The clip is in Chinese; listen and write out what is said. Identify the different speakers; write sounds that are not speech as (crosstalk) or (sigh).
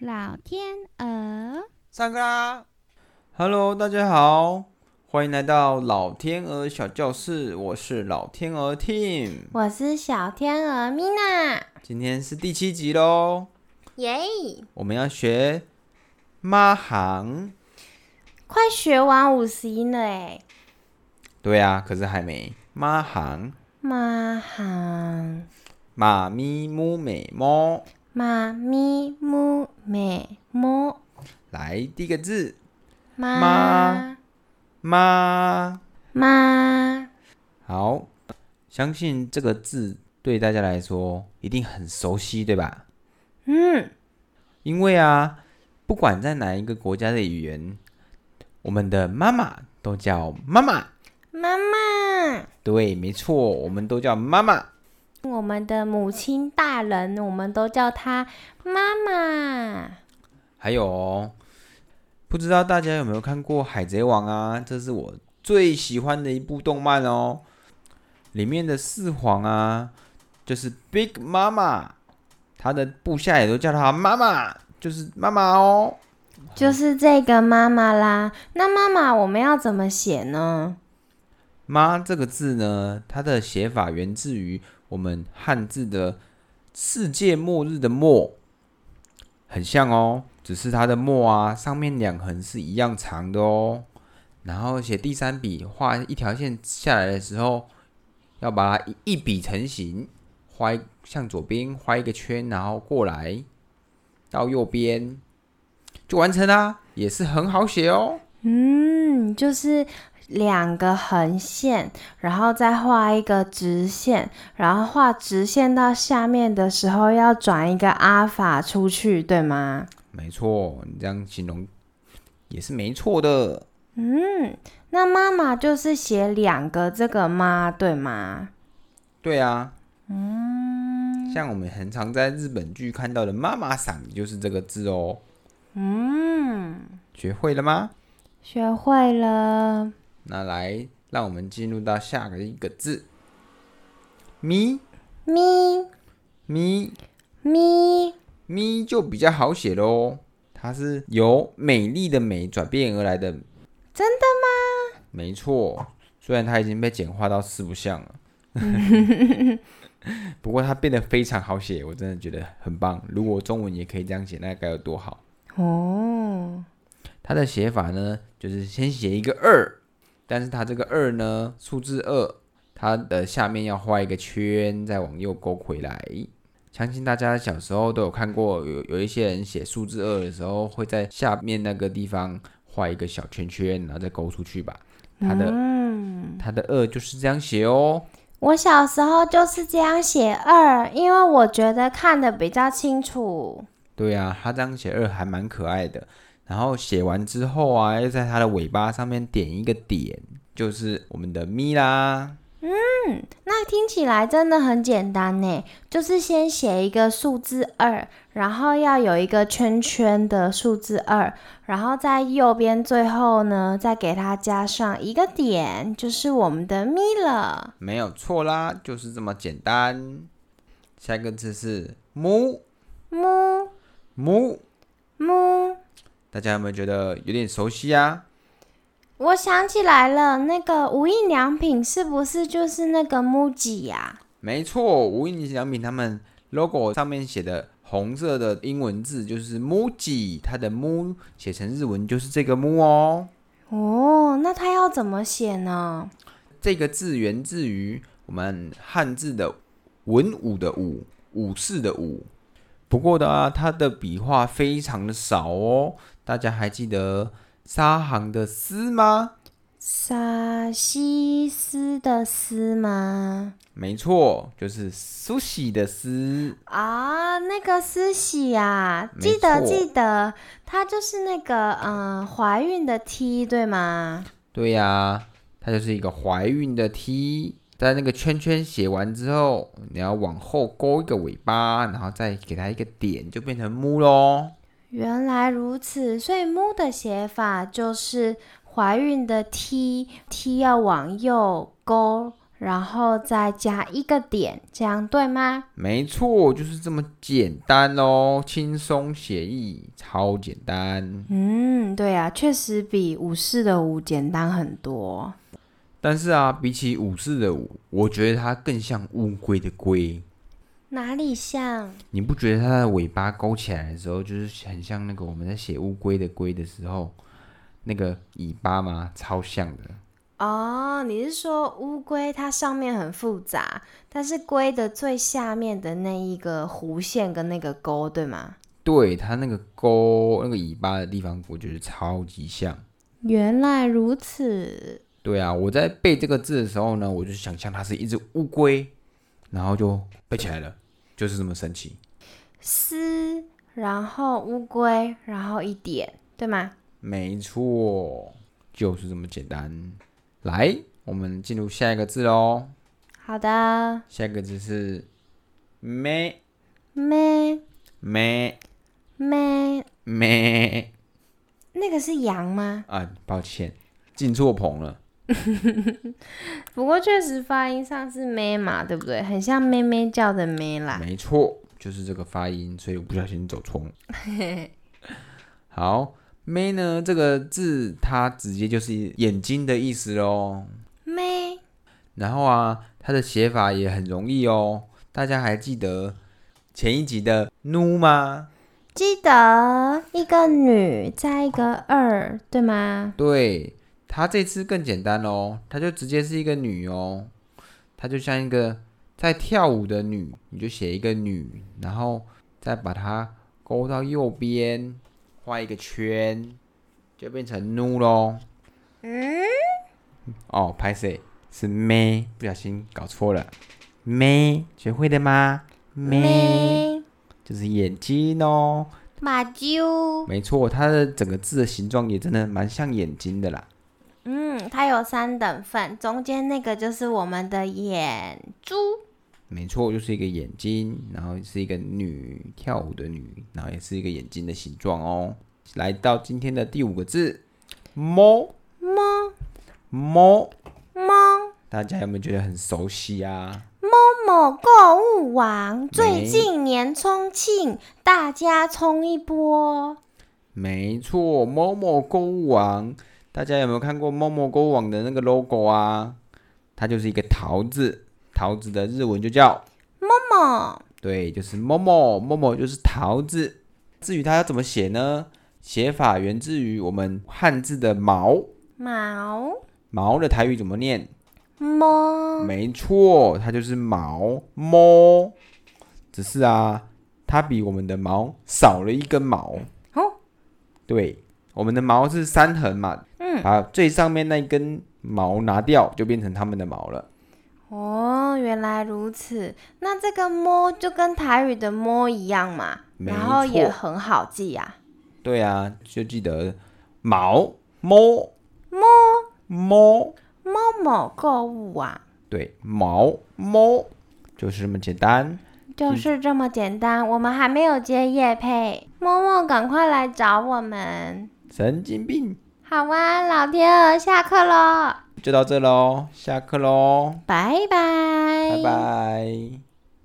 Speaker 1: 老天鹅，
Speaker 2: 上课啦！Hello，大家好，欢迎来到老天鹅小教室，我是老天鹅 Tim，
Speaker 3: 我是小天鹅 Mina，
Speaker 2: 今天是第七集喽，
Speaker 3: 耶！
Speaker 2: 我们要学妈行，
Speaker 3: 快学完五十音了哎，
Speaker 2: 对啊，可是还没妈行，
Speaker 3: 妈行，
Speaker 2: 妈咪木美猫，
Speaker 3: 妈咪木美摸
Speaker 2: 来第一个字
Speaker 3: 妈
Speaker 2: 妈，
Speaker 3: 妈
Speaker 2: 好，相信这个字对大家来说一定很熟悉，对吧？
Speaker 3: 嗯，
Speaker 2: 因为啊，不管在哪一个国家的语言，我们的妈妈都叫妈妈。
Speaker 3: 妈妈，
Speaker 2: 对，没错，我们都叫妈妈。
Speaker 3: 我们的母亲大人，我们都叫她妈妈。
Speaker 2: 还有哦，不知道大家有没有看过《海贼王》啊？这是我最喜欢的一部动漫哦。里面的四皇啊，就是 Big 妈妈，他的部下也都叫他妈妈，就是妈妈哦。
Speaker 3: 就是这个妈妈啦，那妈妈我们要怎么写呢？
Speaker 2: 妈这个字呢，它的写法源自于我们汉字的世界末日的末，很像哦，只是它的末啊，上面两横是一样长的哦。然后写第三笔画一条线下来的时候，要把它一一笔成型，画一向左边画一个圈，然后过来到右边就完成啦，也是很好写哦。
Speaker 3: 嗯，就是两个横线，然后再画一个直线，然后画直线到下面的时候要转一个阿法出去，对吗？
Speaker 2: 没错，你这样形容也是没错的。
Speaker 3: 嗯，那妈妈就是写两个这个妈，对吗？
Speaker 2: 对啊，嗯，像我们很常在日本剧看到的“妈妈桑”就是这个字哦。
Speaker 3: 嗯，
Speaker 2: 学会了吗？
Speaker 3: 学会了。
Speaker 2: 那来，让我们进入到下个一个字，咪
Speaker 3: 咪
Speaker 2: 咪
Speaker 3: 咪，
Speaker 2: 咪就比较好写喽，它是由美丽的美转变而来的。
Speaker 3: 真
Speaker 2: 的吗？没错，虽然它已经被简化到四不像了， (laughs) 不过它变得非常好写，我真的觉得很棒。如果中文也可以这样写，那该有多好！
Speaker 3: 哦，
Speaker 2: 它的写法呢，就是先写一个二，但是它这个二呢，数字二，它的下面要画一个圈，再往右勾回来。相信大家小时候都有看过，有有一些人写数字二的时候，会在下面那个地方画一个小圈圈，然后再勾出去吧。它的、
Speaker 3: 嗯，
Speaker 2: 它的二就是这样写哦。
Speaker 3: 我小时候就是这样写二，因为我觉得看的比较清楚。
Speaker 2: 对啊，它这样写二还蛮可爱的。然后写完之后啊，要在它的尾巴上面点一个点，就是我们的咪啦。
Speaker 3: 那听起来真的很简单呢，就是先写一个数字二，然后要有一个圈圈的数字二，然后在右边最后呢，再给它加上一个点，就是我们的咪了。
Speaker 2: 没有错啦，就是这么简单。下一个字是母
Speaker 3: 木
Speaker 2: 母，
Speaker 3: 木，
Speaker 2: 大家有没有觉得有点熟悉啊？
Speaker 3: 我想起来了，那个无印良品是不是就是那个木吉呀？
Speaker 2: 没错，无印良品他们 logo 上面写的红色的英文字就是 MUJI，它的 MU 写成日文就是这个 MU 哦。
Speaker 3: 哦，那它要怎么写呢？
Speaker 2: 这个字源自于我们汉字的文武的武，武士的武。不过呢、它的笔画非常的少哦。大家还记得沙行的丝吗？
Speaker 3: 沙西斯的斯吗？
Speaker 2: 没错，就是苏喜的丝。
Speaker 3: 啊，那个思喜啊，
Speaker 2: 没
Speaker 3: 记得
Speaker 2: 错
Speaker 3: 记得，她就是那个嗯、呃怀孕的 T 对吗？
Speaker 2: 对呀、它就是一个怀孕的 T。在那个圈圈写完之后，你要往后勾一个尾巴，然后再给它一个点，就变成木喽。
Speaker 3: 原来如此，所以木的写法就是怀孕的 T，T 要往右勾，然后再加一个点，这样对吗？
Speaker 2: 没错，就是这么简单哦，轻松写意，超简单。
Speaker 3: 嗯，对啊，确实比五式的五简单很多。
Speaker 2: 但是啊，比起武士的武，我觉得它更像乌龟的龟。
Speaker 3: 哪里像？
Speaker 2: 你不觉得它的尾巴勾起来的时候，就是很像那个我们在写乌龟的龟的时候，那个尾巴吗？超像的。
Speaker 3: 哦，你是说乌龟它上面很复杂，但是龟的最下面的那一个弧线跟那个勾，对吗？
Speaker 2: 对，它那个勾那个尾巴的地方，我觉得超级像。
Speaker 3: 原来如此。
Speaker 2: 对啊，我在背这个字的时候呢，我就想象它是一只乌龟，然后就背起来了，就是这么神奇。
Speaker 3: 丝，然后乌龟，然后一点，对吗？
Speaker 2: 没错，就是这么简单。来，我们进入下一个字喽。
Speaker 3: 好的，
Speaker 2: 下一个字是咩
Speaker 3: 咩
Speaker 2: 咩
Speaker 3: 咩，
Speaker 2: 咩
Speaker 3: 那个是羊吗？
Speaker 2: 啊！抱歉，进错棚了。
Speaker 3: 不过确实发音上是咩嘛，对不对？很像咩咩叫的咩啦。
Speaker 2: 没错，就是这个发音，所以我不小心走错。好，咩呢？这个字它直接就是眼睛的意思喽。
Speaker 3: 咩
Speaker 2: 然后啊，它的写法也很容易哦。大家还记得前一集的努吗？
Speaker 3: 记得一个女再一个二，对吗？
Speaker 2: 对，它这次更简单哦，它就直接是一个女哦，它就像一个在跳舞的女，你就写一个女，然后再把它勾到右边，画一个圈，就变成努喽。
Speaker 3: 嗯，
Speaker 2: 哦，拍谁？是妹，不小心搞错了。妹，学会了吗？妹
Speaker 3: 咩
Speaker 2: 就是眼睛哦。
Speaker 3: 马啾。
Speaker 2: 没错，它的整个字的形状也真的蛮像眼睛的啦。
Speaker 3: 嗯，它有三等份，中间那个就是我们的眼珠。
Speaker 2: 没错，就是一个眼睛，然后是一个女跳舞的女，然后也是一个眼睛的形状哦。来到今天的第五个字，猫
Speaker 3: 么
Speaker 2: 猫，
Speaker 3: 么
Speaker 2: 大家有没有觉得很熟悉啊？
Speaker 3: 某购物网最近年冲庆，大家冲一波。
Speaker 2: 没错，某某购物网，大家有没有看过某某购物网的那个 logo 啊？它就是一个桃子，桃子的日文就叫
Speaker 3: 么
Speaker 2: 对，就是某某某某就是桃子。至于它要怎么写呢？写法源自于我们汉字的毛，
Speaker 3: 毛
Speaker 2: 毛的台语怎么念？
Speaker 3: 么
Speaker 2: 没错，它就是毛摸。只是啊，它比我们的毛少了一根毛。
Speaker 3: 哦，
Speaker 2: 对，我们的毛是三横嘛，
Speaker 3: 嗯，
Speaker 2: 把最上面那一根毛拿掉，就变成它们的毛了。
Speaker 3: 哦，原来如此。那这个摸就跟台语的摸一样嘛，
Speaker 2: 没
Speaker 3: 然后也
Speaker 2: 错
Speaker 3: 很好记呀、
Speaker 2: 对啊，就记得毛摸摸摸。
Speaker 3: 某某购物网
Speaker 2: 对，毛猫就是这么简单。
Speaker 3: 就是这么简单。我们还没有接叶配，默默赶快来找我们。
Speaker 2: 神经病，
Speaker 3: 好啊，老天鹅下课喽，
Speaker 2: 就到这喽，下课喽，
Speaker 3: 拜拜，
Speaker 2: 拜拜